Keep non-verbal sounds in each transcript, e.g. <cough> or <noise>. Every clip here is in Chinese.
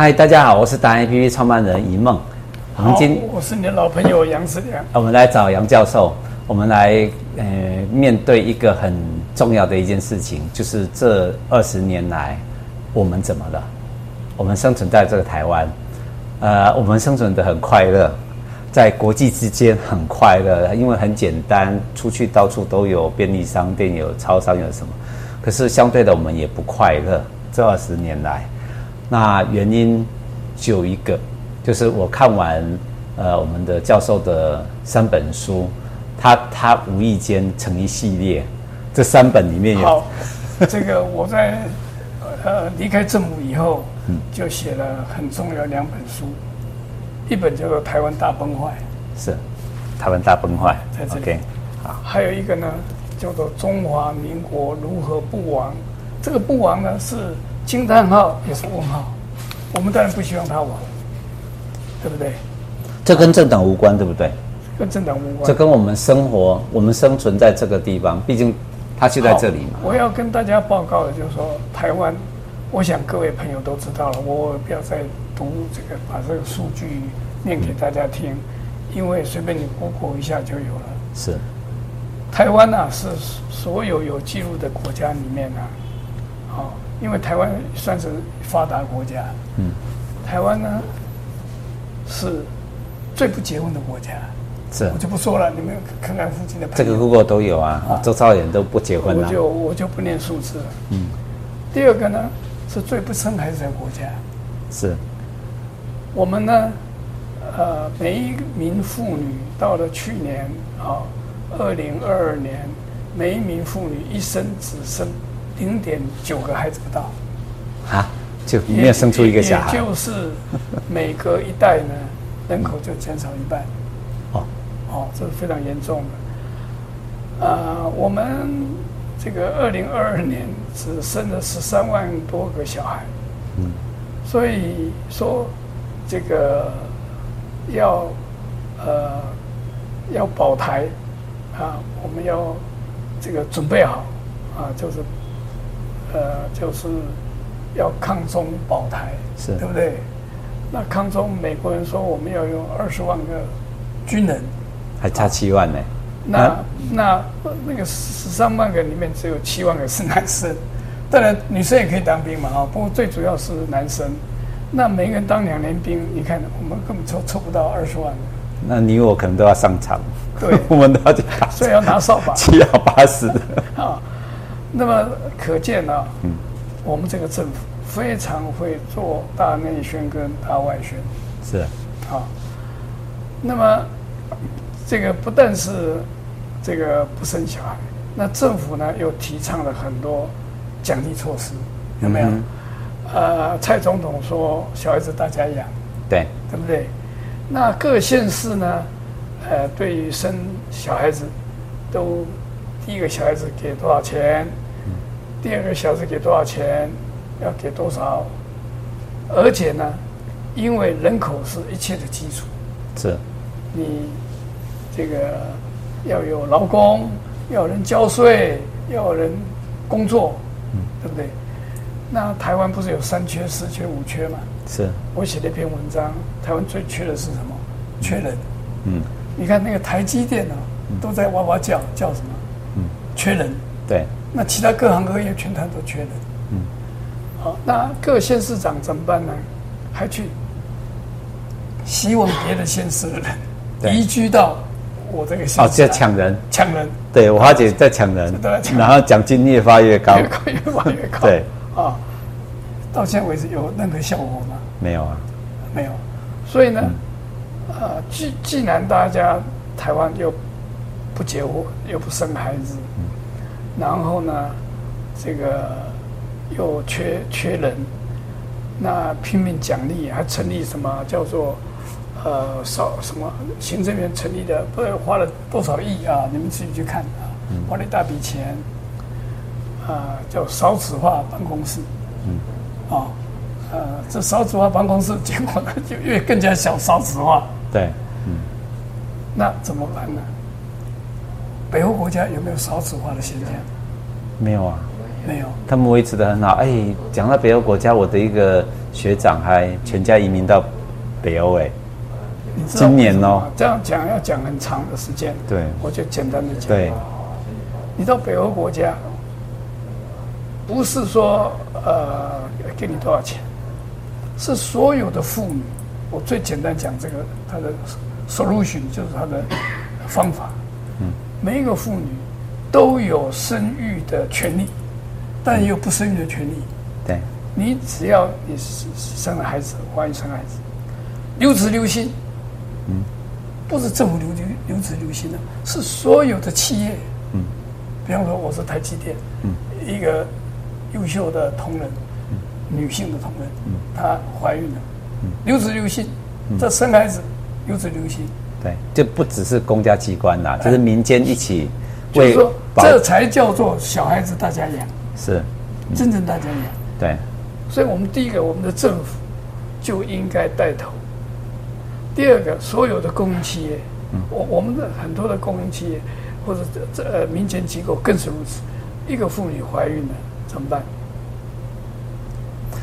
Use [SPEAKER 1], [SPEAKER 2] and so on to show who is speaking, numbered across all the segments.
[SPEAKER 1] 嗨，大家好，我是达人 APP 创办人一梦。我们
[SPEAKER 2] 好
[SPEAKER 1] 今，呃
[SPEAKER 2] 我是你的老朋友杨世良。
[SPEAKER 1] 我们来找杨教授，我们来呃面对一个很重要的一件事情，就是这二十年来我们怎么了？我们生存在这个台湾，呃，我们生存的很快乐，在国际之间很快乐，因为很简单，出去到处都有便利商店、有超商、有什么。可是相对的，我们也不快乐。这二十年来，那原因只有一个，就是我看完呃我们的教授的三本书，他他无意间成一系列，这三本里面有
[SPEAKER 2] 好，这个我在呃离开政府以后，就写了很重要两本书，一本叫做《台湾大崩坏
[SPEAKER 1] 是台湾大崩坏
[SPEAKER 2] 在这里
[SPEAKER 1] ，OK，》，
[SPEAKER 2] 还有一个呢叫做《中华民国如何不亡》。这个不亡呢是惊叹号也是问号，我们当然不希望它亡，对不对？
[SPEAKER 1] 这跟政党无关，对不对？
[SPEAKER 2] 跟政党无关。
[SPEAKER 1] 这跟我们生活，我们生存在这个地方，毕竟它就在这里嘛。
[SPEAKER 2] 好我要跟大家报告的就是说，台湾，我想各位朋友都知道了，我不要再读这个，把这个数据念给大家听，因为随便你 Google 一下就有了。
[SPEAKER 1] 是
[SPEAKER 2] 台湾呐、是所有有记录的国家里面啊，好、因为台湾算是发达国家，
[SPEAKER 1] 嗯，
[SPEAKER 2] 台湾呢是最不结婚的国家，
[SPEAKER 1] 是
[SPEAKER 2] 我，就不说了，你们看看附近的朋友
[SPEAKER 1] 这个 Google 都有啊，
[SPEAKER 2] 啊
[SPEAKER 1] 周遭人都不结婚
[SPEAKER 2] 我
[SPEAKER 1] 啊，
[SPEAKER 2] 就我就不念数字了。嗯。第二个呢，是最不生孩子的国家。
[SPEAKER 1] 是
[SPEAKER 2] 我们呢，呃，每一名妇女到了去年啊，二零二二年，每一名妇女一生只生零点九个孩子不到，
[SPEAKER 1] 啊，就没有生出一个小孩
[SPEAKER 2] 也就是每隔一代呢，人口就减少一半。
[SPEAKER 1] 哦，
[SPEAKER 2] 哦，这是非常严重的。呃，我们这个二零二二年只生了十三万多个小孩，
[SPEAKER 1] 嗯，
[SPEAKER 2] 所以说这个要呃要保台啊，我们要这个准备好啊，就是呃就是要抗中保台，
[SPEAKER 1] 是
[SPEAKER 2] 对不对？那抗中，美国人说我们要有二十万个军人，
[SPEAKER 1] 还差七万呢。
[SPEAKER 2] 那、
[SPEAKER 1] 啊
[SPEAKER 2] 那那个十三万个里面只有七万个是男生，当然女生也可以当兵嘛啊，不过最主要是男生。那每个人当两年兵，你看我们根本凑凑不到二十万个，
[SPEAKER 1] 那你我可能都要上场， <laughs>
[SPEAKER 2] 对
[SPEAKER 1] 我们都要去打
[SPEAKER 2] 所以要拿扫把
[SPEAKER 1] 七老八十的，
[SPEAKER 2] 啊。那么可见呢、我们这个政府非常会做大内宣跟大外宣。
[SPEAKER 1] 是
[SPEAKER 2] 啊。那么这个不但是这个不生小孩，那政府呢又提倡了很多奖励措施，有没有？
[SPEAKER 1] 嗯
[SPEAKER 2] 呃，蔡总统说小孩子大家养，
[SPEAKER 1] 对，
[SPEAKER 2] 对不对？那各县市呢，呃，对于生小孩子，都第一个小孩子给多少钱，第二个小孩子给多少钱，要给多少，而且呢，因为人口是一切的基础，
[SPEAKER 1] 是
[SPEAKER 2] 你这个要有劳工，要有人交税，要有人工作，对不对？那台湾不是有三缺、四缺、五缺嘛？
[SPEAKER 1] 是，
[SPEAKER 2] 我写了一篇文章，台湾最缺的是什么？缺人。
[SPEAKER 1] 嗯，
[SPEAKER 2] 你看那个台积电哦，都在哇哇叫，叫什么？
[SPEAKER 1] 嗯，
[SPEAKER 2] 缺人。
[SPEAKER 1] 对，
[SPEAKER 2] 那其他各行各业全台都缺人。
[SPEAKER 1] 嗯，
[SPEAKER 2] 好，那各县市长怎么办呢？还去希望别的县市的
[SPEAKER 1] 对
[SPEAKER 2] 人移居到我这个县
[SPEAKER 1] 哦，
[SPEAKER 2] 市
[SPEAKER 1] 就
[SPEAKER 2] 来，
[SPEAKER 1] 抢人，
[SPEAKER 2] 抢人，
[SPEAKER 1] 对我花姐在抢人
[SPEAKER 2] 都在，抢人
[SPEAKER 1] 然后奖金越发越高，
[SPEAKER 2] 越高越往越高。
[SPEAKER 1] 对，
[SPEAKER 2] 啊，到现在为止有任何效果吗？
[SPEAKER 1] 没有啊，
[SPEAKER 2] 没有，所以呢，呃，既既然大家台湾又不结婚，又不生孩子，然后呢，这个又缺缺人，那拼命奖励，还成立什么叫做呃少什么行政院成立的，不知道花了多少亿啊？你们自己去看啊，花了一大笔钱，啊、叫少子化办公室，嗯，啊、呃，这少子化办公室，结果呢就越更加小少子化， <laughs>
[SPEAKER 1] 对，
[SPEAKER 2] 那怎么办呢？北欧国家有没有少子化的现象？
[SPEAKER 1] 没有啊，
[SPEAKER 2] 没有，
[SPEAKER 1] 他们维持的很好。哎，讲到北欧国家，我的一个学长还全家移民到北欧，哎，
[SPEAKER 2] 你知道
[SPEAKER 1] 今年
[SPEAKER 2] 为什么吗
[SPEAKER 1] 哦
[SPEAKER 2] 这样讲要讲很长的时间，
[SPEAKER 1] 对
[SPEAKER 2] 我就简单的讲，
[SPEAKER 1] 对，
[SPEAKER 2] 你到北欧国家，不是说呃给你多少钱，是所有的妇女，我最简单讲这个它的 solution 就是它的方法，每一个妇女都有生育的权利，但也有不生育的权利。
[SPEAKER 1] 对，
[SPEAKER 2] 你只要你生了孩子，万一生了孩子，留职留薪，嗯，不是政府留留留职留薪的，是所有的企业，嗯，比方说我是台积电，嗯，一个优秀的同仁，女性的同仁，嗯，她怀孕了，留职留薪，这生孩子留职留薪，
[SPEAKER 1] 对，就不只是公家机关啦，就是民间一起
[SPEAKER 2] 就是
[SPEAKER 1] 为
[SPEAKER 2] 说
[SPEAKER 1] 保
[SPEAKER 2] 这才叫做小孩子大家养，
[SPEAKER 1] 是，
[SPEAKER 2] 真正大家养。
[SPEAKER 1] 对，
[SPEAKER 2] 所以我们第一个，我们的政府就应该带头；第二个，所有的公营企业，我我们的很多的公营企业或者这这呃民间机构更是如此。一个妇女怀孕了怎么办？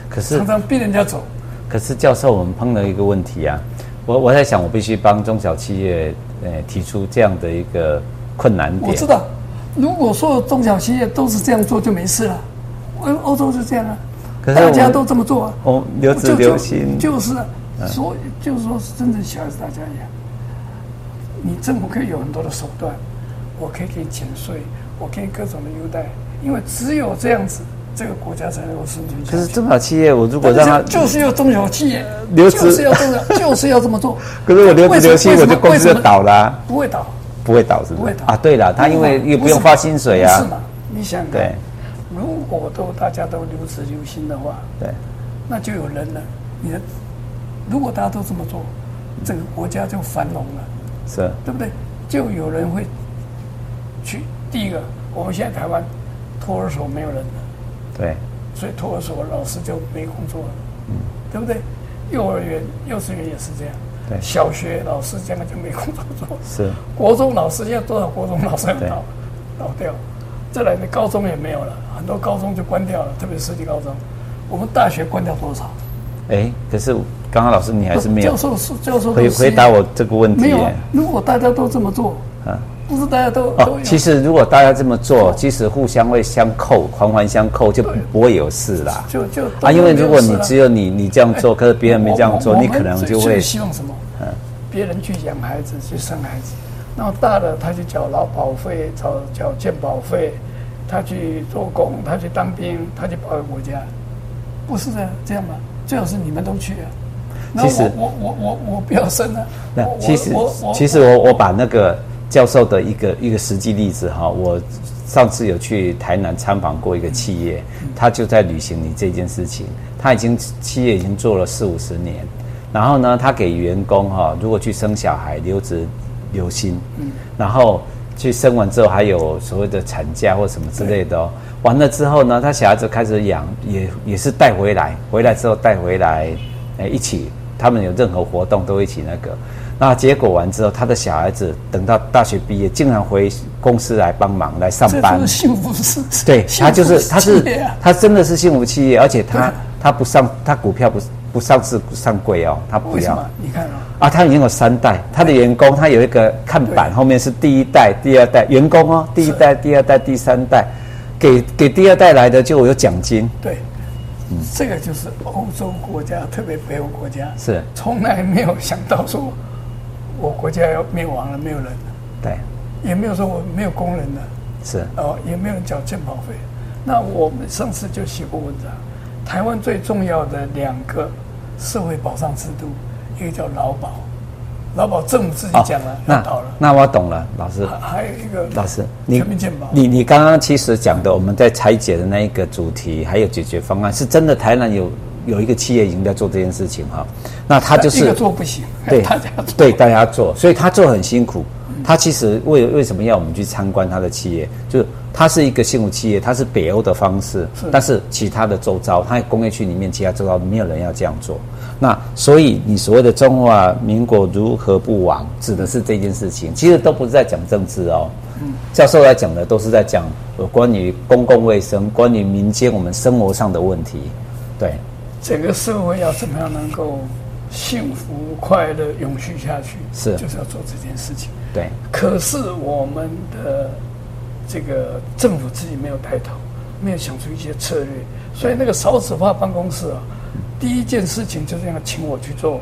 [SPEAKER 1] 可是
[SPEAKER 2] 常常逼人家走，
[SPEAKER 1] 可是教授，我们碰到一个问题啊，我我在想，我必须帮中小企业呃提出这样的一个困难点。
[SPEAKER 2] 我知道。如果所有中小企业都是这样做，就没事了。欧欧洲就这样啊，
[SPEAKER 1] 可是我
[SPEAKER 2] 大家都这么做啊。
[SPEAKER 1] 我留
[SPEAKER 2] 就
[SPEAKER 1] 子留心，嗯
[SPEAKER 2] 就是啊，所以就是说是真正小孩子大家养，你政府可以有很多的手段，我可以给你减税，我可以各种的优待，因为只有这样子，这个国家才能够生存
[SPEAKER 1] 可
[SPEAKER 2] 下
[SPEAKER 1] 是
[SPEAKER 2] 去。
[SPEAKER 1] 中小企业，我如果
[SPEAKER 2] 但是
[SPEAKER 1] 让他
[SPEAKER 2] 像，就是要中小企业，
[SPEAKER 1] 留职
[SPEAKER 2] 就是要中小， <laughs> 就是要这么做。
[SPEAKER 1] 可是我留子留心，
[SPEAKER 2] 为什
[SPEAKER 1] 我
[SPEAKER 2] 么
[SPEAKER 1] 就公司就倒了啊、
[SPEAKER 2] 不会倒，
[SPEAKER 1] 不会倒是不
[SPEAKER 2] 不会倒
[SPEAKER 1] 啊？对了，他因为也不用发薪水
[SPEAKER 2] 不
[SPEAKER 1] 啊
[SPEAKER 2] 是，嘛？你想想看
[SPEAKER 1] 对，
[SPEAKER 2] 如果都大家都留职留薪的话，
[SPEAKER 1] 对，
[SPEAKER 2] 那就有人了。你的如果大家都这么做，这个国家就繁荣了，
[SPEAKER 1] 是
[SPEAKER 2] 对不对？就有人会去。第一个，我们现在台湾托儿所没有人了，
[SPEAKER 1] 对，
[SPEAKER 2] 所以托儿所老师就没工作了，对不对？幼儿园、幼稚园也是这样，
[SPEAKER 1] 对
[SPEAKER 2] 小学老师将来就没工作做，
[SPEAKER 1] 是
[SPEAKER 2] 国中老师现在多少国中老师要
[SPEAKER 1] 对
[SPEAKER 2] 倒倒掉，再来呢，高中也没有了，很多高中就关掉了，特别是私立高中。我们大学关掉多少？
[SPEAKER 1] 哎，可是刚刚老师你还是没有
[SPEAKER 2] 教授是教授都
[SPEAKER 1] 回
[SPEAKER 2] 是
[SPEAKER 1] 回答我这个问题
[SPEAKER 2] 没有啊
[SPEAKER 1] 耶。？
[SPEAKER 2] 如果大家都这么做，
[SPEAKER 1] 啊
[SPEAKER 2] 不是大家都、都
[SPEAKER 1] 哦
[SPEAKER 2] 有，
[SPEAKER 1] 其实如果大家这么做，其实互相会相扣，环环相扣，就不会有事啦。
[SPEAKER 2] 就就
[SPEAKER 1] 啊，因为如果你只
[SPEAKER 2] 有
[SPEAKER 1] 有你你这样做，可是别人没这样做，你可能就会嗯
[SPEAKER 2] 希望什么？别人去养孩子，去生孩子，那么大了他去缴劳保费，缴缴健保费，他去做工，他去当兵，他去保卫国家，不是的，这样吗？最好是你们都去啊。那
[SPEAKER 1] 其实
[SPEAKER 2] 我我我我我不要生啊！
[SPEAKER 1] 那
[SPEAKER 2] 我
[SPEAKER 1] 其实
[SPEAKER 2] 我我
[SPEAKER 1] 其实我我把那个教授的一个一个实际例子哈，我上次有去台南参访过一个企业，他就在履行你这件事情，他已经企业已经做了四五十年，然后呢，他给员工哈，如果去生小孩留职留薪，
[SPEAKER 2] 嗯
[SPEAKER 1] 然后。去生完之后还有所谓的产假或什么之类的哦，完了之后呢，他小孩子开始养，也也是带回来，回来之后带回来，哎，一起他们有任何活动都一起那个。那结果完之后，他的小孩子等到大学毕业，竟然回公司来帮忙来上
[SPEAKER 2] 这
[SPEAKER 1] 班
[SPEAKER 2] 就是。幸福是，
[SPEAKER 1] 对他就是他是
[SPEAKER 2] 幸福企业啊
[SPEAKER 1] 他真的是幸福企业，而且他
[SPEAKER 2] 对
[SPEAKER 1] 他不上他股票不不上市上柜哦，他不
[SPEAKER 2] 为什
[SPEAKER 1] 要
[SPEAKER 2] 么？你看啊，
[SPEAKER 1] 啊，他已经有三代，他的员工他有一个看板，后面是第一代、第二代员工哦，第一代、第二代、第三代，给给第二代来的就有奖金，
[SPEAKER 2] 对，
[SPEAKER 1] 嗯
[SPEAKER 2] 这个就是欧洲国家，特别北欧国家，
[SPEAKER 1] 是
[SPEAKER 2] 从来没有想到说我国家要灭亡了，没有人了，
[SPEAKER 1] 对，
[SPEAKER 2] 也没有说我没有工人了，
[SPEAKER 1] 是
[SPEAKER 2] 哦，也没有人缴健保费。那我们上次就写过文章，台湾最重要的两个社会保障制度，一个叫劳保，劳保政府自己讲了，要倒
[SPEAKER 1] 哦那
[SPEAKER 2] 了，
[SPEAKER 1] 那我懂了，老师。
[SPEAKER 2] 还有一个
[SPEAKER 1] 老师，你
[SPEAKER 2] 全民健保，
[SPEAKER 1] 你你刚刚其实讲的，我们在拆解的那一个主题，还有解决方案，是真的台南有有一个企业已经在做这件事情哈，那他就
[SPEAKER 2] 一
[SPEAKER 1] 是
[SPEAKER 2] 个做不行，
[SPEAKER 1] 对
[SPEAKER 2] <laughs> 大家做
[SPEAKER 1] 对大家做，所以他做很辛苦。他其实为为什么要我们去参观他的企业？就是他是一个幸福企业，他是北欧的方式，但是其他的周遭，他工业区里面其他周遭没有人要这样做。那所以你所谓的啊中华民国如何不亡，指的是这件事情，其实都不是在讲政治哦。
[SPEAKER 2] 嗯
[SPEAKER 1] 教授来讲的都是在讲有关于公共卫生、关于民间我们生活上的问题，对，
[SPEAKER 2] 整个社会要怎么样能够幸福快乐永续下去，
[SPEAKER 1] 是
[SPEAKER 2] 就是要做这件事情。 <laughs>
[SPEAKER 1] 对，
[SPEAKER 2] 可是我们的这个政府自己没有带头，没有想出一些策略，所以那个少子化办公室啊，第一件事情就是要请我去做。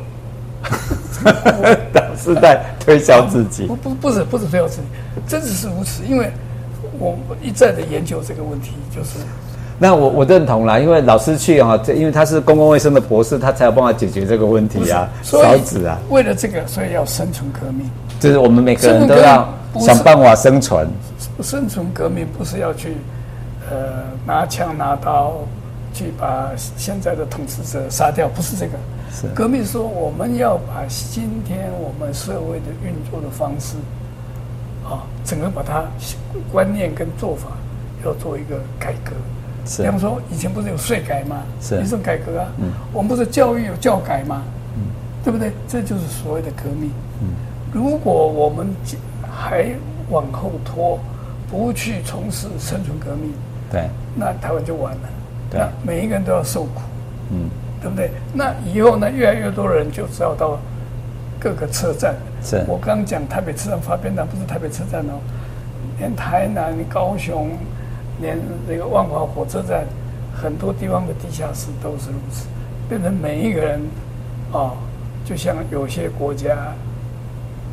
[SPEAKER 1] 老是在推销自己
[SPEAKER 2] 不，不不是不是非要自己，真的是如此，因为我一再的研究这个问题，就是
[SPEAKER 1] 那我我认同啦，因为老师去啊，这因为他是公共卫生的博士，他才有办法解决这个问题啊，
[SPEAKER 2] 所以
[SPEAKER 1] 少子啊，
[SPEAKER 2] 为了这个，所以要生存革命。
[SPEAKER 1] 就是我们每个人都
[SPEAKER 2] 生
[SPEAKER 1] 要
[SPEAKER 2] 存革命不是
[SPEAKER 1] 想办法生存，
[SPEAKER 2] 生存革命不是要去呃拿枪拿刀去把现在的统治者杀掉，不是这个。
[SPEAKER 1] 是
[SPEAKER 2] 革命说我们要把今天我们社会的运作的方式啊，整个把它观念跟做法要做一个改革。
[SPEAKER 1] 是啊
[SPEAKER 2] 比方说，以前不是有税改吗？
[SPEAKER 1] 是嗯
[SPEAKER 2] 一种改革啊。我们不是教育有教改吗？对不对？这就是所谓的革命。
[SPEAKER 1] 嗯
[SPEAKER 2] 如果我们还往后拖，不去从事生存革命，
[SPEAKER 1] 对，
[SPEAKER 2] 那台湾就完了。
[SPEAKER 1] 对
[SPEAKER 2] 那每一个人都要受苦，
[SPEAKER 1] 嗯，
[SPEAKER 2] 对不对？那以后呢，越来越多人就知道到各个车站。
[SPEAKER 1] 是
[SPEAKER 2] 我刚讲台北车站发便当，不是台北车站哦，连台南、高雄、连那个万华火车站，很多地方的地下室都是如此，变成每一个人啊、就像有些国家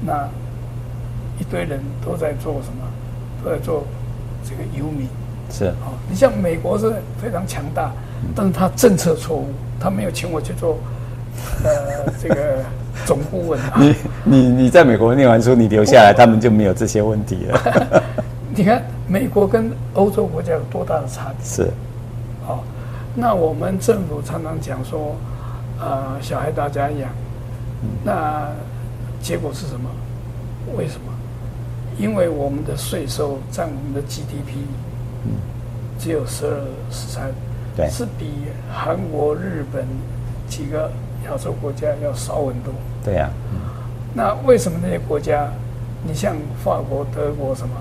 [SPEAKER 2] 那一堆人都在做什么，都在做这个游民。
[SPEAKER 1] 是
[SPEAKER 2] 哦，你像美国是非常强大，但是他政策错误，他没有请我去做，呃，这个总顾问啊。
[SPEAKER 1] 你你你在美国念完书，你留下来，他们就没有这些问题 <laughs> 了，
[SPEAKER 2] 你看美国跟欧洲国家有多大的差别？
[SPEAKER 1] 是
[SPEAKER 2] 哦，那我们政府常常讲说，呃，小孩大家养，那结果是什么？为什么？因为我们的税收占我们的 GDP，只有十二十三，
[SPEAKER 1] 对
[SPEAKER 2] 是比韩国、日本几个亚洲国家要少很多。
[SPEAKER 1] 对啊呀、
[SPEAKER 2] 那为什么那些国家，你像法国、德国什么，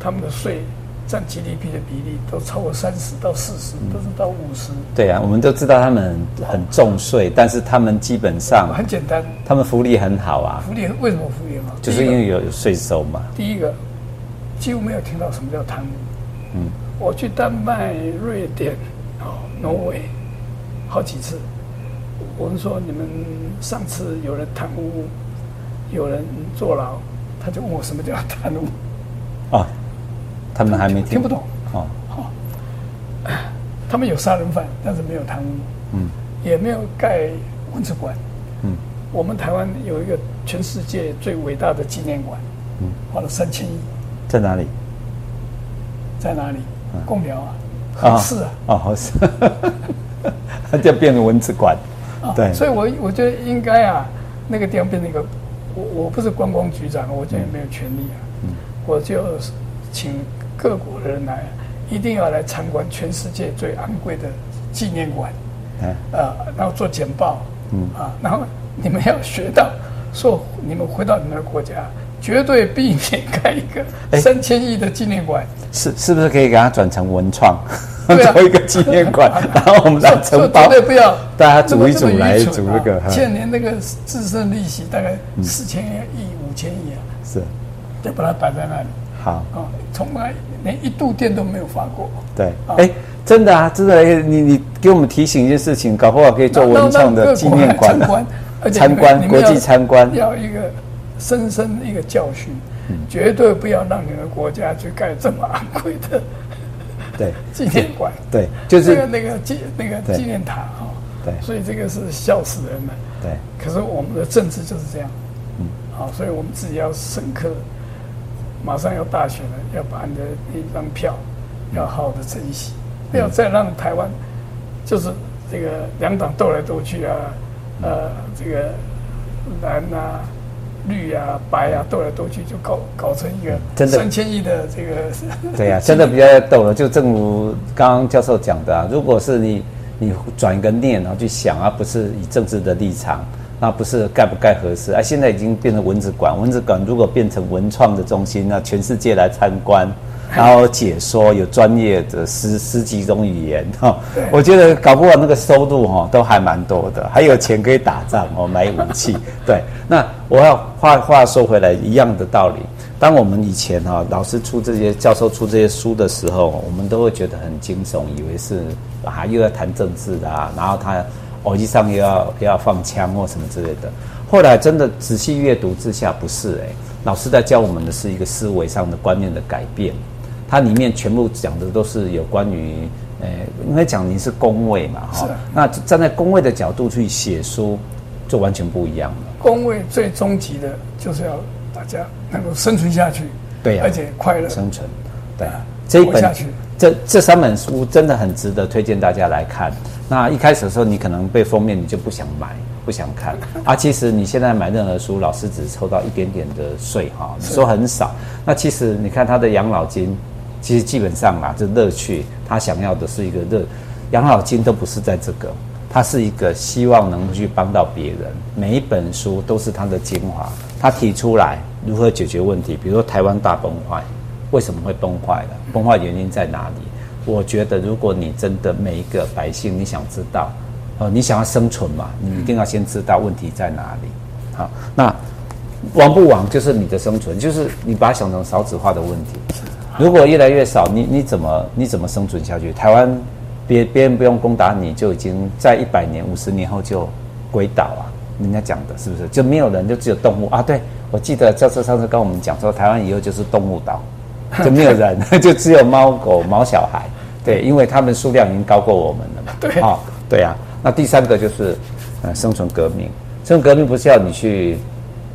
[SPEAKER 2] 他们的税占 GDP 的比例都超过三十到四十，都是到五十，
[SPEAKER 1] 对啊呀、我们都知道他们很很重税，但是他们基本上
[SPEAKER 2] 很简单。
[SPEAKER 1] 他们福利很好啊，
[SPEAKER 2] 福利为什么福利很好？
[SPEAKER 1] 就是因为有有税收嘛，
[SPEAKER 2] 第一个第一个几乎没有听到什么叫贪污。
[SPEAKER 1] 嗯
[SPEAKER 2] 我去丹麦、瑞典、哦挪威好几次，我们说你们上次有人贪污，有人坐牢，他就问我什么叫贪污，
[SPEAKER 1] 哦，他们还没
[SPEAKER 2] 听不懂。
[SPEAKER 1] 哦，
[SPEAKER 2] 他们有杀人犯，但是没有贪污，嗯，也没有盖文字馆，
[SPEAKER 1] 嗯，
[SPEAKER 2] 我们台湾有一个全世界最伟大的纪念馆，嗯，花了三千亿，
[SPEAKER 1] 在哪里？
[SPEAKER 2] 在哪里？贡寮啊，
[SPEAKER 1] 啊
[SPEAKER 2] 合适啊，
[SPEAKER 1] 哦，好是，它 <laughs> 就变成蚊子馆，
[SPEAKER 2] 啊
[SPEAKER 1] 对，
[SPEAKER 2] 所以我我觉得应该啊，那个地方变成一个，我我不是观光局长，我觉得没有权利啊，
[SPEAKER 1] 嗯
[SPEAKER 2] 我就请各国的人来，一定要来参观全世界最昂贵的纪念馆，
[SPEAKER 1] 哎，
[SPEAKER 2] 啊，然后做简报，嗯啊，然后你们要学到，说你们回到你们的国家，绝对避免开一个
[SPEAKER 1] 哎
[SPEAKER 2] 三千亿的纪念馆，
[SPEAKER 1] 是是不是可以给它转成文创，
[SPEAKER 2] 对
[SPEAKER 1] <laughs>
[SPEAKER 2] 啊
[SPEAKER 1] 做一个纪念
[SPEAKER 2] <laughs>
[SPEAKER 1] 馆，然后 <laughs> 我们
[SPEAKER 2] 说
[SPEAKER 1] 来
[SPEAKER 2] 说
[SPEAKER 1] 承包
[SPEAKER 2] 绝，对不要
[SPEAKER 1] 大家
[SPEAKER 2] 那
[SPEAKER 1] 组
[SPEAKER 2] 么
[SPEAKER 1] 一
[SPEAKER 2] 这
[SPEAKER 1] 组
[SPEAKER 2] 么愚
[SPEAKER 1] 来
[SPEAKER 2] 蠢
[SPEAKER 1] 组
[SPEAKER 2] 啊
[SPEAKER 1] 这个，嗯
[SPEAKER 2] 现在那个自身利息大概四千亿、五千亿啊，
[SPEAKER 1] 是
[SPEAKER 2] 就把它摆在那里
[SPEAKER 1] 好，
[SPEAKER 2] 啊，从来连一度电都没有发过。
[SPEAKER 1] 对
[SPEAKER 2] 啊，
[SPEAKER 1] 哎，真的啊，真的，哎你你给我们提醒一件事情，搞不好可以做
[SPEAKER 2] 那
[SPEAKER 1] 文创
[SPEAKER 2] 那各
[SPEAKER 1] 的
[SPEAKER 2] 国
[SPEAKER 1] 纪念
[SPEAKER 2] <laughs>
[SPEAKER 1] 馆啊
[SPEAKER 2] 来参观，而且
[SPEAKER 1] 参观
[SPEAKER 2] 你们
[SPEAKER 1] 国际
[SPEAKER 2] 要
[SPEAKER 1] 参观嗯
[SPEAKER 2] 要一个深深一个教训，绝对不要让你们国家去盖这么昂贵的
[SPEAKER 1] 对
[SPEAKER 2] 纪念馆，
[SPEAKER 1] 对，就
[SPEAKER 2] 那个
[SPEAKER 1] 是
[SPEAKER 2] 那个纪那个
[SPEAKER 1] 对
[SPEAKER 2] 纪念塔哈、
[SPEAKER 1] 对
[SPEAKER 2] 所以这个是笑死人了。
[SPEAKER 1] 对，
[SPEAKER 2] 可是我们的政治就是这样，
[SPEAKER 1] 嗯
[SPEAKER 2] 好，所以我们自己要深刻，马上要大选了，要把你的那张票要好好的珍惜，
[SPEAKER 1] 嗯
[SPEAKER 2] 不要再让台湾就是这个两党斗来斗去啊，
[SPEAKER 1] 嗯
[SPEAKER 2] 呃，这个蓝啊、绿啊、白啊斗来斗去，就搞搞成一个
[SPEAKER 1] 嗯真的
[SPEAKER 2] 三千亿的这个 <laughs>
[SPEAKER 1] 对呀、真的比较逗了。就正如刚刚教授啊讲的、啊，如果是你你转一个念，然后去想，而不是以政治的立场，那不是盖不盖合适啊？现在已经变成文字馆，文字馆如果变成文创的中心，那全世界来参观，然后解说，有专业的十十几种语言 <laughs> 哈、我觉得搞不好那个收入哈、都还蛮多的，还有钱可以打仗哦，买武器。对，那我要话话说回来，一样的道理。当我们以前哈、老师出这些教授出这些书的时候，我们都会觉得很惊悚，以为是啊又要谈政治的啊，然后他偶际上又要又要放枪或什么之类的。后来真的仔细阅读之下，不是哎、老师在教我们的是一个思维上的观念的改变。它里面全部讲的都是有关于，呃，因为讲您是工位嘛，哈
[SPEAKER 2] 是，啊
[SPEAKER 1] 那站在工位的角度去写书，就完全不一样了。
[SPEAKER 2] 工位最终极的就是要大家能够生存下去，
[SPEAKER 1] 对啊呀
[SPEAKER 2] 啊而且快乐。
[SPEAKER 1] 生存。对，啊这一
[SPEAKER 2] 活
[SPEAKER 1] 本
[SPEAKER 2] 下去
[SPEAKER 1] 这这三本书真的很值得推荐大家来看。那一开始的时候，你可能被封面你就不想买、不想
[SPEAKER 2] <laughs>
[SPEAKER 1] 看啊。其实你现在买任何书，老师只抽到一点点的税哈，你说很少。那其实你看他的养老金，其实基本上啊，这乐趣他想要的是一个乐，养老金都不是在这个。他是一个希望能够去帮到别人，每一本书都是他的精华。他提出来如何解决问题，比如说台湾大崩坏，为什么会崩坏了？崩坏原因在哪里？我觉得，如果你真的每一个百姓，你想知道，呃，你想要生存嘛，你一定要先知道问题在哪里。好，那亡不亡就是你的生存，就是你把它想成少子化的问题。如果越来越少，你你怎么你怎么生存下去？台湾别别人不用攻打你，就已经在一百年、五十年后就归岛啊！人家讲的是不是？就没有人，就只有动物啊？对，我记得教授上次跟我们讲说，台湾以后就是动物岛，就没有人，就只有猫狗、毛小孩。对，因为他们数量已经高过我们了嘛。
[SPEAKER 2] 对
[SPEAKER 1] 哦，对啊。那第三个就是，呃，生存革命。生存革命不是要你去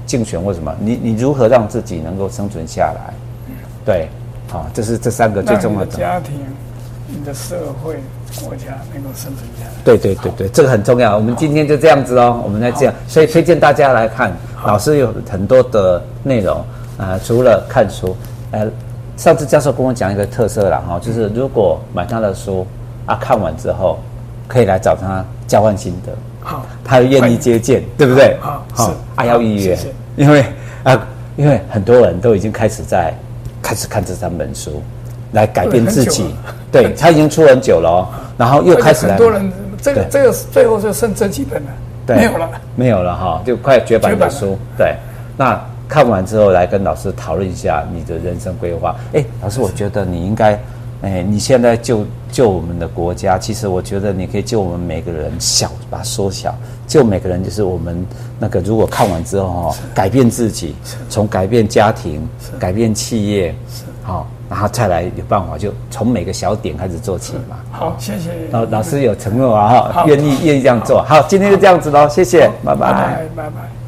[SPEAKER 1] 竞选或什么，你你如何让自己能够生存下来？对，好、这是这三个最重要
[SPEAKER 2] 让你
[SPEAKER 1] 的
[SPEAKER 2] 的。家庭、你的社会、国家能够生存下来。
[SPEAKER 1] 对对对对，这个很重要。我们今天就这样子哦，我们再这样，所以推荐大家来看，老师有很多的内容，呃，除了看书，呃，上次教授跟我讲一个特色啦哈、就是如果买他的书啊，看完之后可以来找他交换心得，
[SPEAKER 2] 好，
[SPEAKER 1] 他愿意接见，对不对？
[SPEAKER 2] 好
[SPEAKER 1] 好
[SPEAKER 2] 是，
[SPEAKER 1] 啊，要预约
[SPEAKER 2] 谢谢，
[SPEAKER 1] 因为啊，因为很多人都已经开始在开始看这三本书，来改变
[SPEAKER 2] 对很
[SPEAKER 1] 自
[SPEAKER 2] 久
[SPEAKER 1] 己
[SPEAKER 2] 了。
[SPEAKER 1] 对他已经出很久了哦，然后又
[SPEAKER 2] 而且
[SPEAKER 1] 开始来
[SPEAKER 2] 很多人这个
[SPEAKER 1] 对
[SPEAKER 2] 这个最后就剩这几本了，
[SPEAKER 1] 对
[SPEAKER 2] 没有了。
[SPEAKER 1] 没有了哈，就快绝版
[SPEAKER 2] 绝版
[SPEAKER 1] 的
[SPEAKER 2] 了
[SPEAKER 1] 书。对，那看完之后来跟老师讨论一下你的人生规划。哎，老师，我觉得你应该，哎，你现在救救我们的国家，其实我觉得你可以救我们每个人小，把它缩小，救每个人就是我们那个，如果看完之后
[SPEAKER 2] <laughs>
[SPEAKER 1] 哈，改变自己，从改变家庭，改变企业，好，然后再来有办法，就从每个小点开始做起嘛。
[SPEAKER 2] 好，谢谢，
[SPEAKER 1] 老老师有承诺啊，哈，
[SPEAKER 2] 好
[SPEAKER 1] 愿意愿意这样做。好，今天就这样子喽，谢谢，拜
[SPEAKER 2] 拜
[SPEAKER 1] 拜
[SPEAKER 2] 拜拜拜。